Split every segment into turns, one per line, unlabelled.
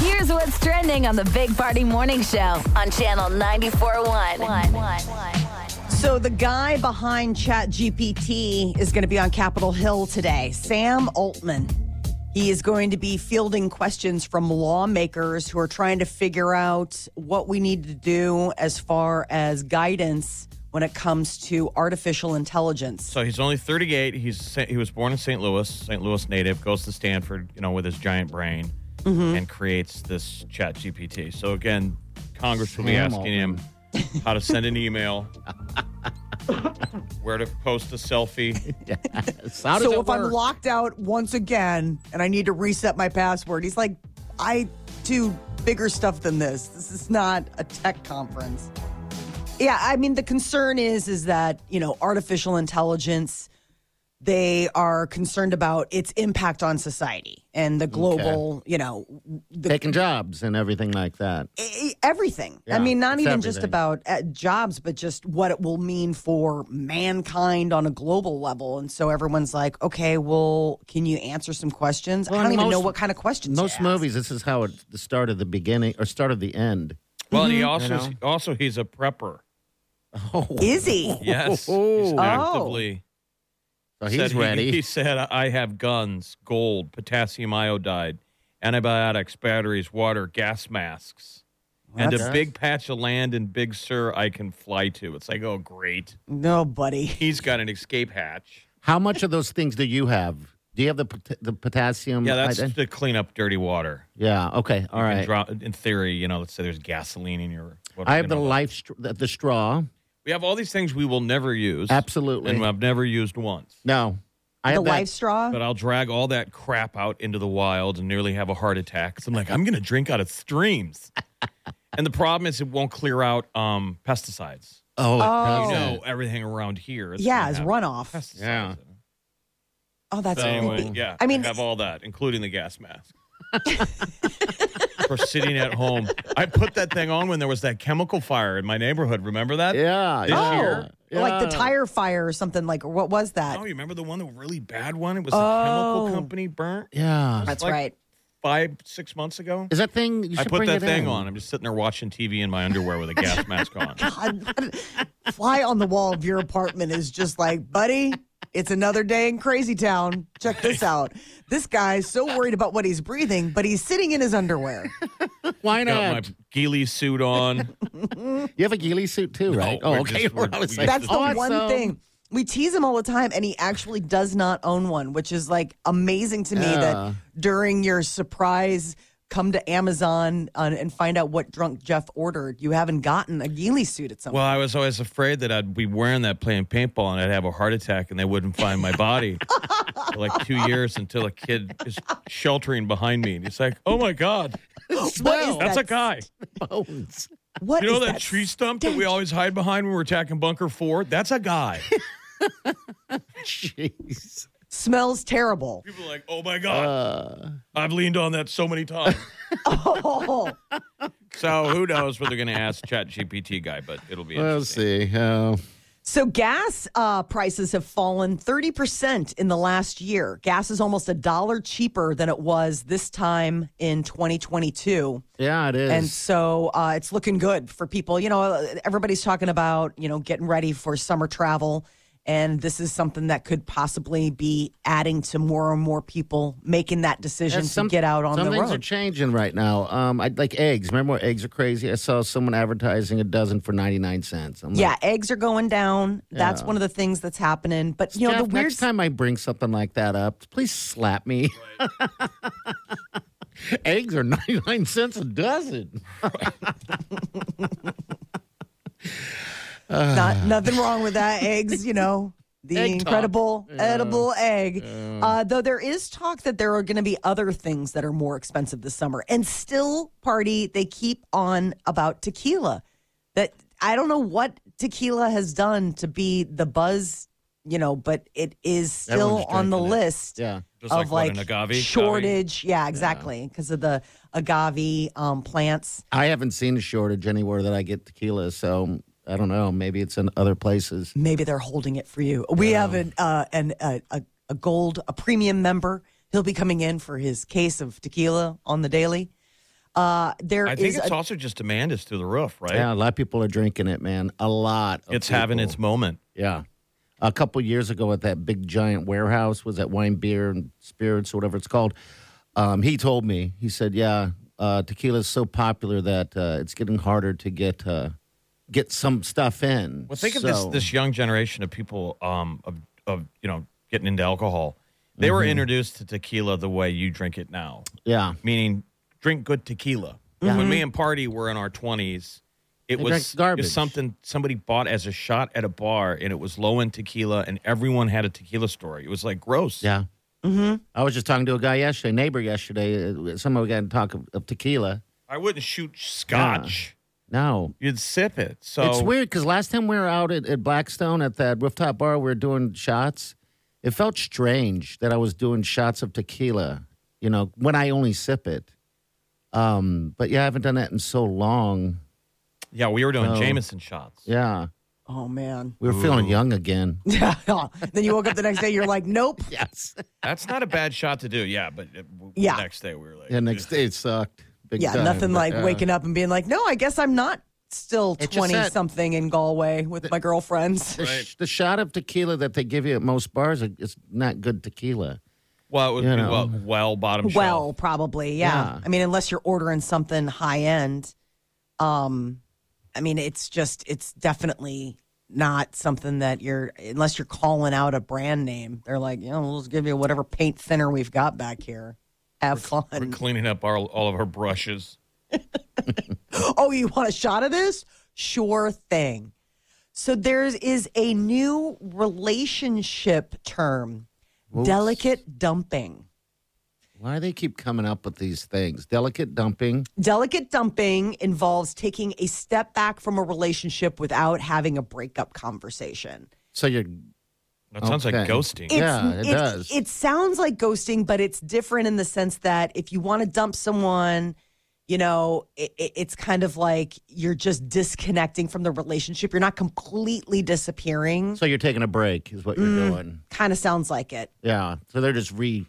Here's what's trending on the Big Party Morning Show on Channel 94.1.
So the guy behind ChatGPT is going to be on Capitol Hill today, Sam Altman. He is going to be fielding questions from lawmakers who are trying to figure out what we need to do as far as guidance when it comes to artificial intelligence.
So he's only 38. He's he was born in St. Louis, St. Louis native. Goes to Stanford, you know, with his giant brain, mm-hmm. and creates this Chat GPT. So again, Congress will be asking him how to send an email, where to post a selfie.
yes. so if work? I'm locked out once again and I need to reset my password, he's like, I do bigger stuff than this. This is not a tech conference. Yeah, I mean the concern is is that, you know, artificial intelligence they are concerned about its impact on society and the global, okay. you know, the,
taking jobs and everything like that.
e, Everything. Yeah, I mean, not even everything. just about uh, jobs, but just what it will mean for mankind on a global level. And so everyone's like, okay, well, can you answer some questions? Well, I don't even most, know what kind of questions.
Most movies, this is how it started the beginning or started the end.
Well, and he also Mm-hmm. you know? also he's a prepper.
Oh. Is he?
Yes. He's actively.
Oh. So he's ready.
He, he, said, "I have guns, gold, potassium iodide, antibiotics, batteries, water, gas masks, well, and a does. big patch of land in Big Sur I can fly to." It's like, oh, great.
No, buddy.
He's got an escape hatch.
How much of those things do you have? Do you have the the potassium?
Yeah, that's iodine? to clean up dirty water.
Yeah. Okay. All Mm, right.
Draw, in theory, you know, let's say there's gasoline in your.
I have the life str- the straw.
We have all these things we will never use.
Absolutely.
And I've never used once.
No.
I the life straw.
But I'll drag all that crap out into the wild and nearly have a heart attack. So I'm like, I'm going to drink out of streams. and the problem is, it won't clear out um, pesticides.
Oh, oh.
you know everything around here.
yeah, it's runoff. Pesticides.
Yeah.
Oh, that's so
anyway, creepy. Yeah, I mean, I have all that, including the gas mask. For sitting at home, I put that thing on when there was that chemical fire in my neighborhood. Remember that?
Yeah.
This
oh,
year,
yeah. like the tire fire or something. Like what was that?
Oh, you remember the one, the really bad one? It was oh. a chemical company burnt.
Yeah,
that's like right.
Five, six months ago.
Is that thing?
I put that thing
in.
on. I'm just sitting there watching TV in my underwear with a gas mask on. God,
fly on the wall of your apartment is just like, buddy. It's another day in Crazy Town. Check this out. This guy's so worried about what he's breathing, but he's sitting in his underwear.
Why not? Got
my Geely suit on.
you have a Geely suit too,
no,
right?
oh, okay. Just,
we're, we're, we're, that's the awesome. one thing. We tease him all the time, and he actually does not own one, which is like amazing to me yeah. that during your surprise come to Amazon uh, and find out what drunk Jeff ordered. You haven't gotten a Geely suit at some
Well, I was always afraid that I'd be wearing that playing paintball and I'd have a heart attack and they wouldn't find my body for like two years until a kid is sheltering behind me. And he's like, oh my God.
Oh, That's that
a guy.
Bones.
What
you know that,
that,
tree stump stench? that we always hide behind when we're attacking Bunker 4? That's a guy.
Jeez
smells terrible.
People are like, oh my God. Uh, I've leaned on that so many times.
oh.
So who knows what they're going to ask Chat GPT guy, but it'll be
We'll see. how.
So gas uh, prices have fallen 30% in the last year. Gas is almost a dollar cheaper than it was this time in 2022.
Yeah, it is.
And so uh, it's looking good for people. You know, everybody's talking about, you know, getting ready for summer travel. And this is something that could possibly be adding to more and more people making that decision
yeah, some,
to get out on
the road.
Some things
are changing right now. Um, I like eggs. Remember when eggs are crazy? I saw someone advertising a dozen for ninety nine cents. Like,
yeah, eggs are going down. That's
yeah.
one of the things that's happening. But you
Steph,
know, the weird
next time I bring something like that up, please slap me. Right. eggs are ninety nine cents a dozen.
Ah.
Not nothing wrong with that. Eggs, you know, the
Egg talk.
incredible edible egg.
Yeah.
Uh, though there is talk that there are going to be other things that are more expensive this summer, and still, party they keep on about tequila. That I don't know what tequila has done to be the buzz, you know, but it is still
Everyone's
on the
drinking it.
list
Yeah.
Just
of
what,
like,
an agave
shortage. Yeah, exactly, because of the agave um, plants.
I haven't seen a shortage anywhere that I get tequila, so I don't know. Maybe it's in other places.
maybe they're holding it for you. We have an uh, an a, a, a gold a premium member. He'll be coming in for his case of tequila on the daily. Uh, there
I think
is
it's
a-
also just demand is through the roof, right?
Yeah, a lot of people are drinking it, man. A lot. of
It's having
people.
its moment.
Yeah. A couple years ago at that big giant warehouse was that wine, beer, and spirits, or whatever it's called. Um, he told me, he said, yeah, uh, tequila is so popular that uh, it's getting harder to get uh, get some stuff in.
Well, think
So-
of this this young generation of people um, of of you know getting into alcohol. They were
Mm-hmm.
introduced to tequila the way you drink it now,
Yeah.
meaning drink good tequila. When me and Party were in our twenties, it
Mm-hmm. They drank
was it
garbage.
was something somebody bought as a shot at a bar, and it was low in tequila, and everyone had a tequila story. It was like gross.
Yeah. Mm-hmm. I was just talking to a guy yesterday, neighbor yesterday. uh, Someone we got to talk of, of tequila.
I wouldn't shoot scotch.
No.
You'd sip it. So
It's weird because last time we were out at, at Blackstone at that rooftop bar, we were doing shots. It felt strange that I was doing shots of tequila, you know, when I only sip it. Um, but yeah, I haven't done that in so long.
Yeah, we were doing
No.
Jameson shots.
Yeah,
oh man.
we were feeling young again.
then you woke up the next day. You're like, nope.
yes.
That's not a bad shot to do. Yeah, but it, w-
Yeah.
the next day we were like,
Yeah, next day it sucked. Big
Yeah,
time,
nothing
but,
like
uh,
waking up and being like, no, I guess I'm not still
It just
twenty
said-
something in Galway with my girlfriends.
The, sh- the shot of tequila that they give you at most bars is is not good tequila.
Well, it would
You
be
know.
well, well bottom
Well,
shelf.
probably, yeah.
Yeah.
I mean, unless you're ordering something high end, um, I mean, it's just it's definitely not something that you're unless you're calling out a brand name. They're like, you know, we'll just give you whatever paint thinner we've got back here. Have
We're
fun.
cleaning up our, all of our brushes.
oh, you want a shot of this? Sure thing. So there is a new relationship term, delicate dumping.
Why do they keep coming up with these things? Delicate dumping.
Delicate dumping involves taking a step back from a relationship without having a breakup conversation.
So you're
That sounds like
Okay.
ghosting.
It- Yeah, does.
It sounds like ghosting, but it's different in the sense that if you want to dump someone, you know, it, it- it's kind of like you're just disconnecting from the relationship. You're not completely disappearing.
so you're taking a break is what you're
Mm.
doing.
kind of sounds like it.
Yeah. So they're just re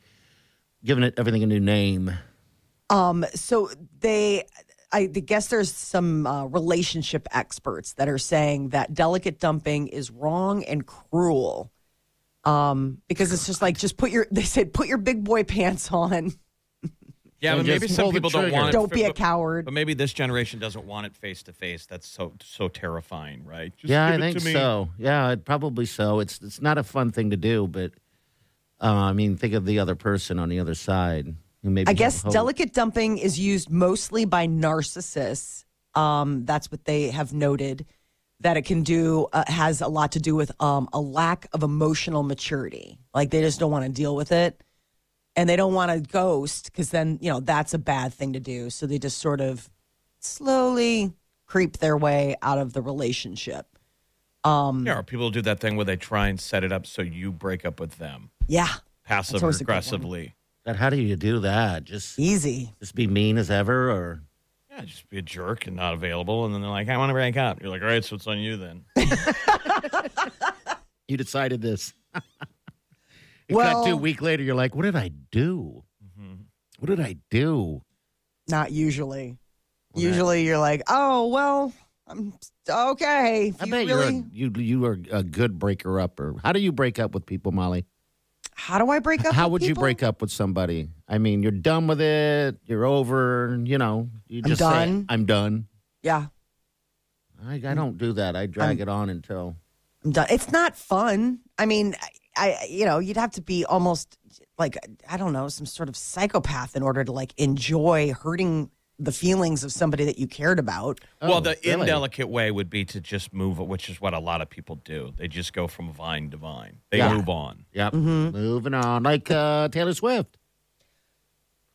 giving it everything a new name.
Um, so they, I guess there's some uh, relationship experts that are saying that delicate dumping is wrong and cruel. Um, because it's just like just put your they said put your big boy pants on.
yeah,
And
but maybe
just
some
pull the
people don't
trigger.
want it.
Don't be a
but-
coward.
But maybe this generation doesn't want it face to face. That's so so terrifying, right? Just
yeah,
give
I
it
think
to me.
so. Yeah, it, probably so. It's it's not a fun thing to do, but uh, I mean, think of the other person on the other side who maybe
I
have
guess
hope.
delicate dumping is used mostly by narcissists. Um, that's what they have noted that it can do uh, has a lot to do with um, a lack of emotional maturity. Like they just don't want to deal with it, and they don't want to ghost because then you know that's a bad thing to do. So they just sort of slowly creep their way out of the relationship. Um,
Yeah, or people do that thing where they try and set it up so you break up with them
yeah,
passive
always a good one.
aggressively.
But how do you do that? Just
easy.
just be mean as ever, or
Yeah, just be a jerk and not available. And then they're like, I want to break up. You're like, all right, so it's on you then.
you decided this. it
Well-
got to a week later. You're like, what did I do?
Mm-hmm.
What did I do?
Not usually.
Well, that-
Usually you're like, oh well, I'm okay. If
I
you
bet
really,
you're a, you you are a good breaker upper. How do you break up with people, Molly?
how do I break up?
How
with
would you
people?
break up with somebody? I mean, you're done with it. You're over. You know, you
I'm
just say,
done. Mm.
I'm done.
Yeah,
I, I don't do that. I drag it on until
I'm done. It's not fun. I mean, I, I, you know, you'd have to be almost like I don't know, some sort of psychopath in order to like enjoy hurting the feelings of somebody that you cared about.
well, the
really?
indelicate way would be to just move, which is what a lot of people do. They just go from vine to vine. They
Yeah.
move on,
Yep.
Mm-hmm.
Moving on, like uh, Taylor Swift.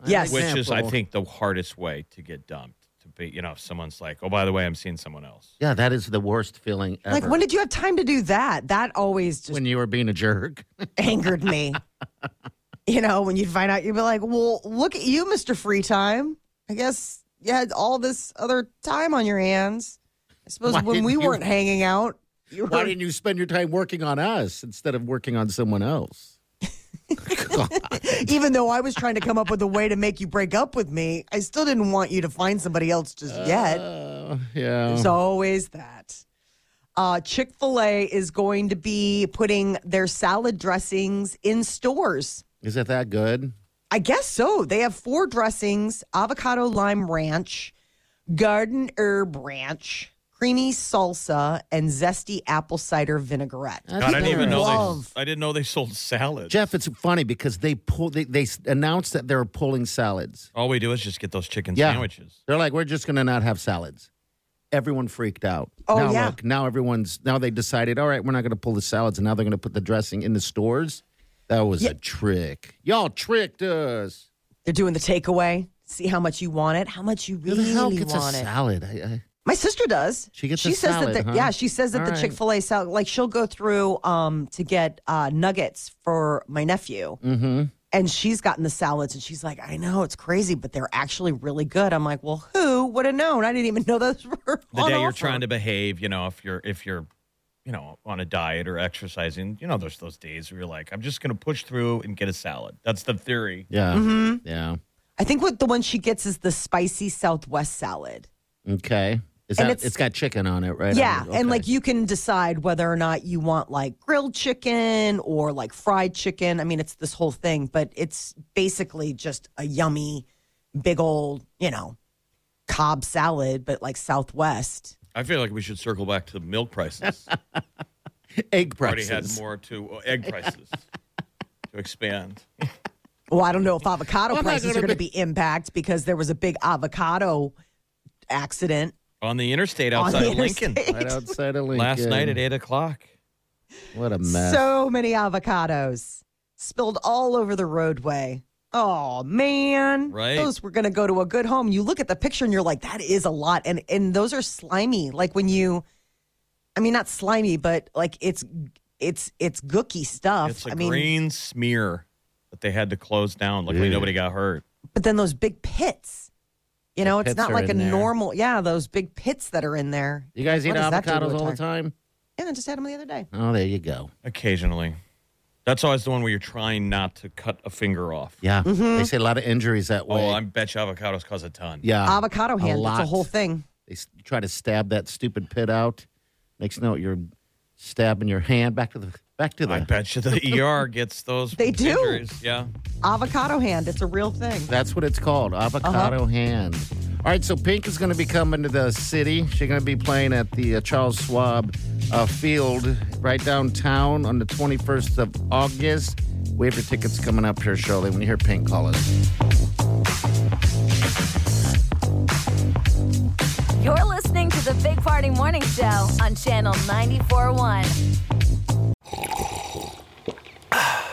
Yes.
which is, I
Example.
think, the hardest way to get dumped. To be, you know, if someone's like, "Oh, by the way, I'm seeing someone else."
Yeah, that is the worst feeling ever.
Like, when did you have time to do that? That always just
when you were being a jerk.
angered me. you know, when you find out, you'd be like, well, look at you, Mr. Free Time. I guess you had all this other time on your hands. I suppose
Why
when
didn't
we
you-
weren't hanging out, you
Why
were.
didn't you spend your time working on us instead of working on someone else?
even though I was trying to come up with a way to make you break up with me, I still didn't want you to find somebody else just yet.
Uh, yeah.
There's always that. Uh, Chick fil A is going to be putting their salad dressings in stores.
is it that good?
I guess so. They have four dressings avocado lime ranch, garden herb ranch, creamy salsa, and zesty apple cider vinaigrette.
That's
God, I didn't even know
Love.
they. I didn't know they sold salads.
Jeff, it's funny because they pull they, they s- announced that they're pulling salads.
All we do is just get those chicken
Yeah.
sandwiches.
They're like, we're just going to not have salads. Everyone freaked out.
Oh,
now,
yeah.
Look, now everyone's now they decided, all right, we're not going to pull the salads, and now they're going to put the dressing in the stores. That was a trick. Y'all tricked us.
They're doing the takeaway. See how much you want it, how much you
Who
really
the hell gets a
want it.
salad? I, I,
My sister does.
She gets
She
a
says
salad,
that. The,
huh?
Yeah, she says that
All
the
right.
Chick Fil A salad. Like she'll go through um to get uh nuggets for my nephew, mm-hmm. and she's gotten the salads, and she's like, "I know it's crazy, but they're actually really good." I'm like, "Well, who would have known? I didn't even know those were
The
on
day you're
offer."
trying to behave, you know, if you're if you're, you know, on a diet or exercising, you know, there's those days where you're like, I'm just gonna push through and get a salad. That's the theory.
yeah,
Mm-hmm.
yeah.
I think what the one she gets is the spicy Southwest salad.
Okay. Is
And
that,
it's-
it's got chicken on it, right?
Yeah,
Okay.
and like you can decide whether or not you want like grilled chicken or like fried chicken. I mean, it's this whole thing, but it's basically just a yummy, big old, you know, cob salad, but like Southwest.
I feel like we should circle back to milk prices.
egg
Already had
prices.
more to well, egg prices to expand.
Well, I don't know if avocado
Well, I'm not
prices are
gonna
going to be impact because there was a big avocado accident
On the interstate
On the
outside of Lincoln
interstate.
Right outside of Lincoln.
last night at eight o'clock.
What a mess.
So many avocados spilled all over the roadway. Oh man.
Right.
Those were gonna go to a good home. You look at the picture and you're like, that is a lot. And and those are slimy. Like when you I mean not slimy, but like it's it's it's gooky stuff.
It's a
I mean
green smear that they had to close down. Luckily,
Yeah.
nobody got hurt.
but then those big pits. You know, it's
pits
not
are
like a
in there.
normal yeah, those big pits that are in there.
You guys eat
What does that do to
avocados
a
all
tire?
the time?
Yeah, I just had them the other day.
Oh, there you go.
Occasionally, that's always the one where you're trying not to cut a finger off.
Yeah.
Mm-hmm.
They say a lot of injuries that way.
Oh, I bet you avocados cause a ton.
yeah.
Avocado hand, it's a
Ah, lot.
whole thing.
They s- try to stab that stupid pit out. Next note, you're stabbing your hand back to the back to
I
the.
bet you the ER gets those.
They do.
injuries. Yeah.
Avocado hand, it's a real thing.
That's what it's called, avocado hand. All right, so Pink is going to be coming to the city. She's going to be playing at the uh, Charles Schwab uh, Field right downtown on the 21st of August. We have your tickets coming up here shortly. When you hear Pink, call us.
You're listening to the Big Party Morning Show on Channel 941.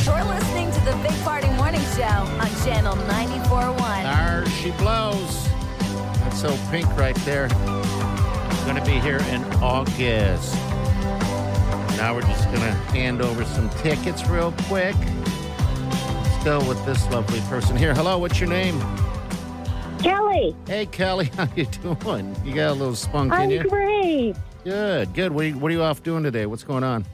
You're listening to the Big Party Morning Show on Channel 941.
There she blows. That's so pink right there. She's going to be here in August. Now we're just going to hand over some tickets real quick. Still with this lovely person here. Hello, what's your name?
Kelly,
Hey, Kelly, how you doing? You got a little spunk in
I'm
you.
great.
Good, good. What are you, what are you off doing today? What's going on?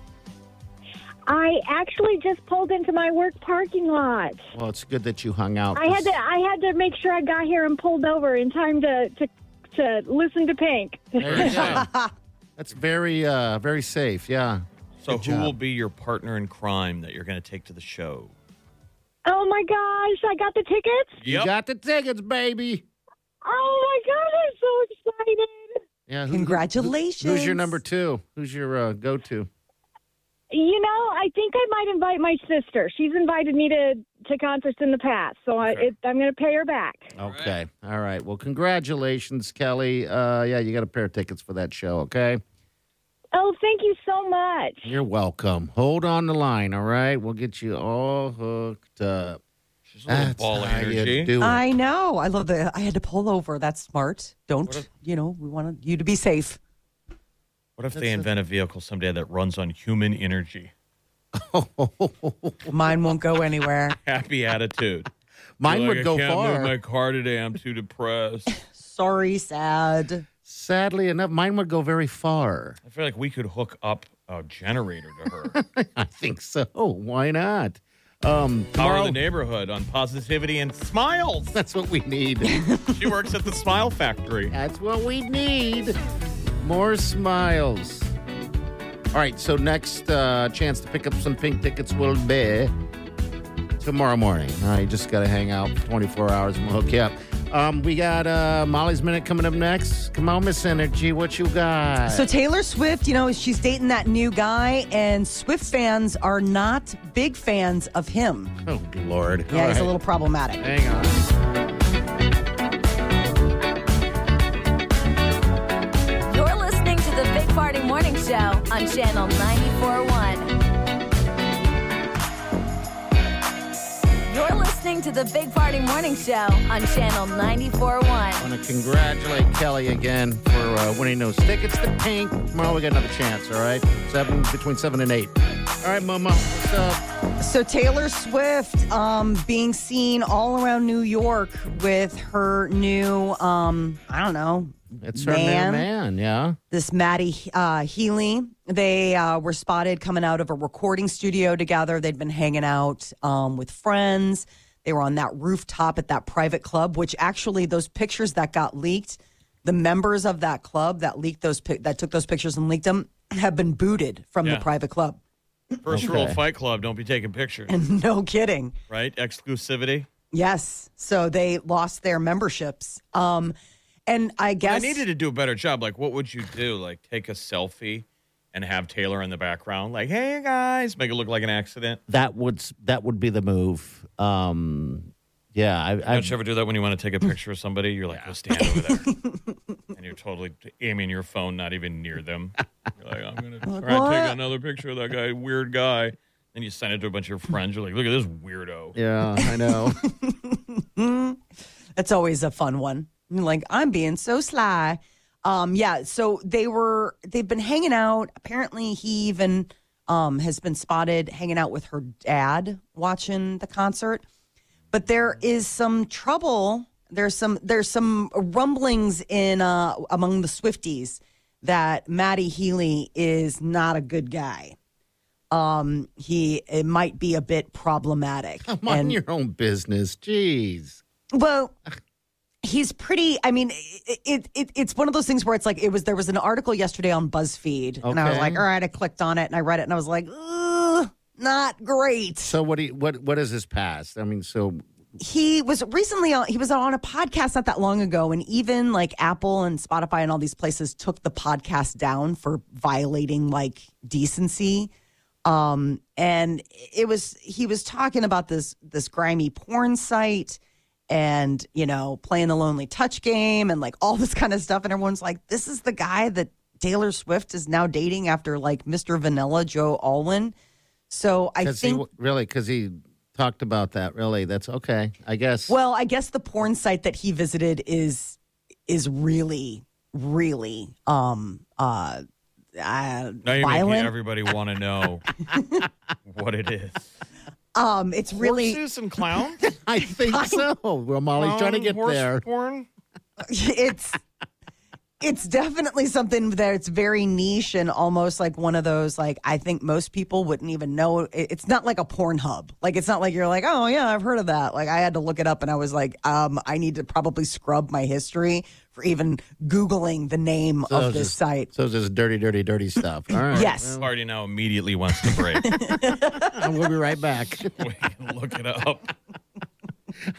I actually just pulled into my work parking lot.
Well, it's good that you hung out.
I had to I had to make sure I got here and pulled over in time to to, to listen to Pink.
There you go. That's very, uh, very safe. Yeah.
So, who
job.
will be your partner in crime that you're going to take to the show?
Oh my gosh, I got the tickets.
You got the tickets, baby.
Oh my god, I'm so excited.
Yeah. who- who-
Congratulations.
Who's your number two? Who's your uh, go-to?
You know, I think I might invite my sister. She's invited me to to concerts in the past, so I, it, I'm going to pay her back.
Okay. All right. Well, congratulations, Kelly. Uh, yeah, you got a pair of tickets for that show. Okay.
Oh, thank you so much.
You're welcome. Hold on the line. All right. We'll get you all hooked up.
She's a little ball of
how you
energy.
do it.
I know. I love that. I had to pull over. That's smart. Don't, you know, we want you to be safe.
What if they invent a vehicle someday that runs on human energy?
Mine won't go anywhere.
Happy attitude.
Mine
Like,
would go
I can't
far.
Move my car today. I'm too depressed.
Sorry, sad.
Sadly enough, mine would go very far.
I feel like we could hook up a generator to her.
I think so. Why not? Um,
Power of
tomorrow,
the neighborhood on positivity and smiles.
that's what we need.
She works at the Smile Factory.
That's what we need. More smiles. All right, so next uh, chance to pick up some pink tickets will be tomorrow morning. All right, you just got to hang out for 24 hours and we'll hook you up. Um, we got uh, Molly's Minute coming up next. Come on, Miss Energy, what you got?
So Taylor Swift, you know, she's dating that new guy, and Swift fans are not big fans of him.
oh, good Lord.
Yeah,
All
he's a
right,
little problematic.
Hang on.
You're listening to the Big Party Morning Show on Channel 94.1. You're listening to the Big Party Morning Show on Channel 94.1.
I want to congratulate Kelly again for uh, winning those tickets to Pink. Tomorrow we got another chance, all right? Seven, between seven and eight. All right, Mama, what's up?
So Taylor Swift um, being seen all around New York with her new, um, I don't know,
It's her man. man, yeah.
this Maddie uh, Healy. They uh, were spotted coming out of a recording studio together. They'd been hanging out um, with friends. They were on that rooftop at that private club, which actually those pictures that got leaked, the members of that club that leaked those pic- that took those pictures and leaked them have been booted from
Yeah.
the private club.
First rule of Fight Club: Don't be taking pictures.
no kidding.
Right? Exclusivity.
Yes. So they lost their memberships. Um, and I
I
guess
needed to do a better job. Like, what would you do? Like, take a selfie and have Taylor in the background, like, "Hey guys," make it look like an accident.
That would s- that would be the move. Um, yeah, I, I
Don't you ever do that when you want to take a picture of somebody? You're like, "Go stand over there," and you're totally aiming your phone not even near them. You're like, "I'm gonna try and
"What?"
take another picture of that guy, weird guy." Then you send it to a bunch of your friends. You're like, "Look at this weirdo."
yeah, I know.
That's always a fun one. Like I'm being so sly. Um, yeah. So they were they've been hanging out. Apparently, he even um, has been spotted hanging out with her dad watching the concert. But there is some trouble. There's some there's some rumblings in uh, among the Swifties that Maddie Healy is not a good guy. Um, he it might be a bit problematic.
Mind
And-
your own business. Jeez.
well, he's pretty. I mean, it, it, it it's one of those things where it's like it was. There was an article yesterday on BuzzFeed, and I was
Okay.
like, all right, I clicked on it and I read it, and I was like, Ugh, not great.
So what? Do you, what? What is his past? I mean, so
He was recently on, he was on a podcast not that long ago, and even like Apple and Spotify and all these places took the podcast down for violating like decency. Um, and it was he was talking about this this grimy porn site and you know playing the lonely touch game and like all this kind of stuff and everyone's like this is the guy that taylor swift is now dating after like mr vanilla joe alwyn so i
because he
think
w- really because he talked about that. Really, that's okay. I guess.
Well, I guess the porn site that he visited is is really really um uh, uh
Now you're making
violent.
everybody want to know what it is.
um, it's really
Horses and clowns?
I think so. Well, Molly's trying to
Clown
get
horse
there.
Porn?
it's it's definitely something that's very niche and almost like one of those like I think most people wouldn't even know. It- It's not like a porn hub. Like it's not like you're like, oh yeah, I've heard of that. Like I had to look it up and I was like, um, I need to probably scrub my history for even googling the name
So
of
it's
this
just-
site.
So it's just dirty, dirty, dirty stuff. All right.
Yes.
Party now immediately wants to break.
And we'll be right back.
we can look it up.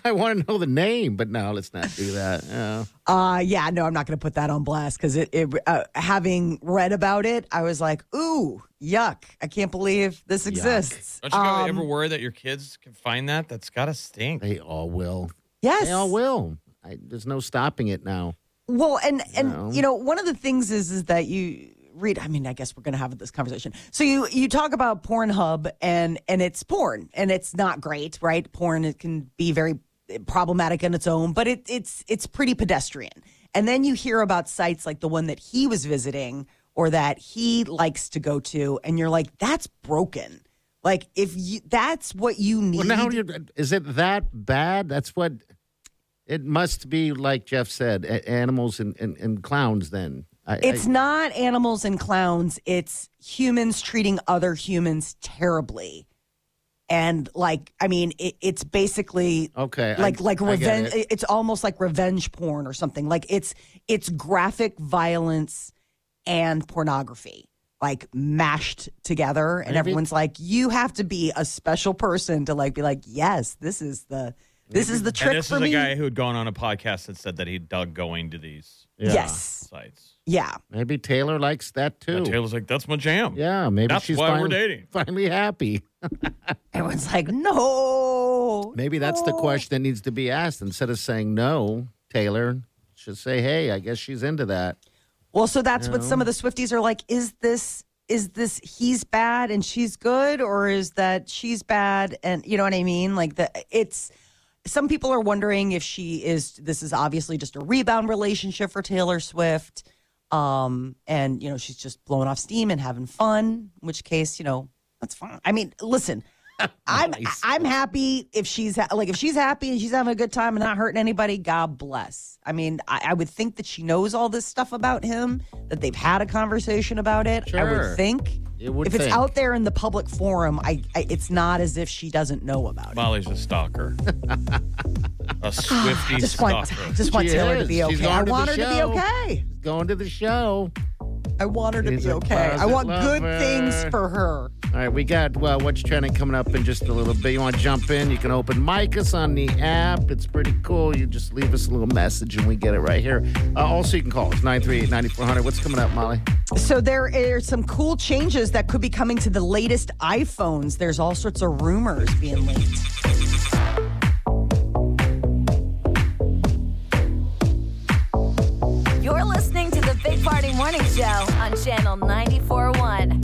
I want to know the name, but no, let's not do that. Yeah.
Uh, yeah, no, I'm not going to put that on blast because it, it uh, having read about it, I was like, ooh, yuck! I can't believe this exists.
Don't you
Um,
ever worry that your kids can find that? That's got to stink.
They all will.
yes,
They all will. I, there's no stopping it now.
Well, and and
know?
you know, one of the things is is that you read. I mean, I guess we're going to have this conversation. So you you talk about Pornhub and and it's porn and it's not great, right? Porn it can be very problematic on its own, but it it's it's pretty pedestrian. And then you hear about sites like the one that he was visiting or that he likes to go to, and you're like, that's broken. Like if you that's what you need.
Well, now you're, is it that bad? That's what it must be. Like Jeff said, a- animals and, and, and clowns. Then I,
It's not animals and clowns. It's humans treating other humans terribly. And like, I mean, it, it's basically
I, okay. I-
like like
I get
revenge.
it.
It's almost like revenge porn or something. Like it's it's graphic violence and pornography like mashed together, and
Maybe-
everyone's like, you have to be a special person to like be like, yes, this is the this is the trick
and this
for
is
me.
a guy who had gone on a podcast that said that he dug going to these
Yeah.
Yes,
sites.
yeah.
Maybe Taylor likes that too.
And Taylor's like, that's my jam.
Yeah. Maybe
That's
she's
why we're
finally,
dating.
finally happy.
Everyone's like, no.
Maybe that's the
no."
question that needs to be asked instead of saying no, Taylor. Should say, hey, I guess she's into that.
Well, so that's what some of the Swifties are like. Is this is this he's bad and she's good, or is that she's bad and you know what I mean? Like the it's some people are wondering if she is this is obviously just a rebound relationship for Taylor Swift. Um, and you know, she's just blowing off steam and having fun, in which case, you know, that's fine. I mean, listen, I'm
Nice.
I'm happy if she's ha- like if she's happy and she's having a good time and not hurting anybody. God bless. I mean, I, I would think that she knows all this stuff about him. That they've had a conversation about it. I
Sure.
would think.
You would
if it's
think.
out there in the public forum, I, I it's not as if she doesn't know about it.
Molly's a stalker. a swifty
Ah, Just want,
stalker.
just want
She
Taylor to
is.
be
She's
okay.
going
I
to the
want her to be
show.
okay.
Going to the show.
I want her to
She's
be
a
okay. I
closet
want good
lover.
things for her.
All right, we got well, what's trending coming up in just a little bit. You want to jump in? You can open mic us on the app. It's pretty cool. You just leave us a little message and we get it right here. Uh, also, you can call us 938 9400. What's coming up, Molly?
So there are some cool changes that could be coming to the latest iPhones. There's all sorts of rumors being leaked.
You're listening to the Big Party Morning Show on Channel 94.1.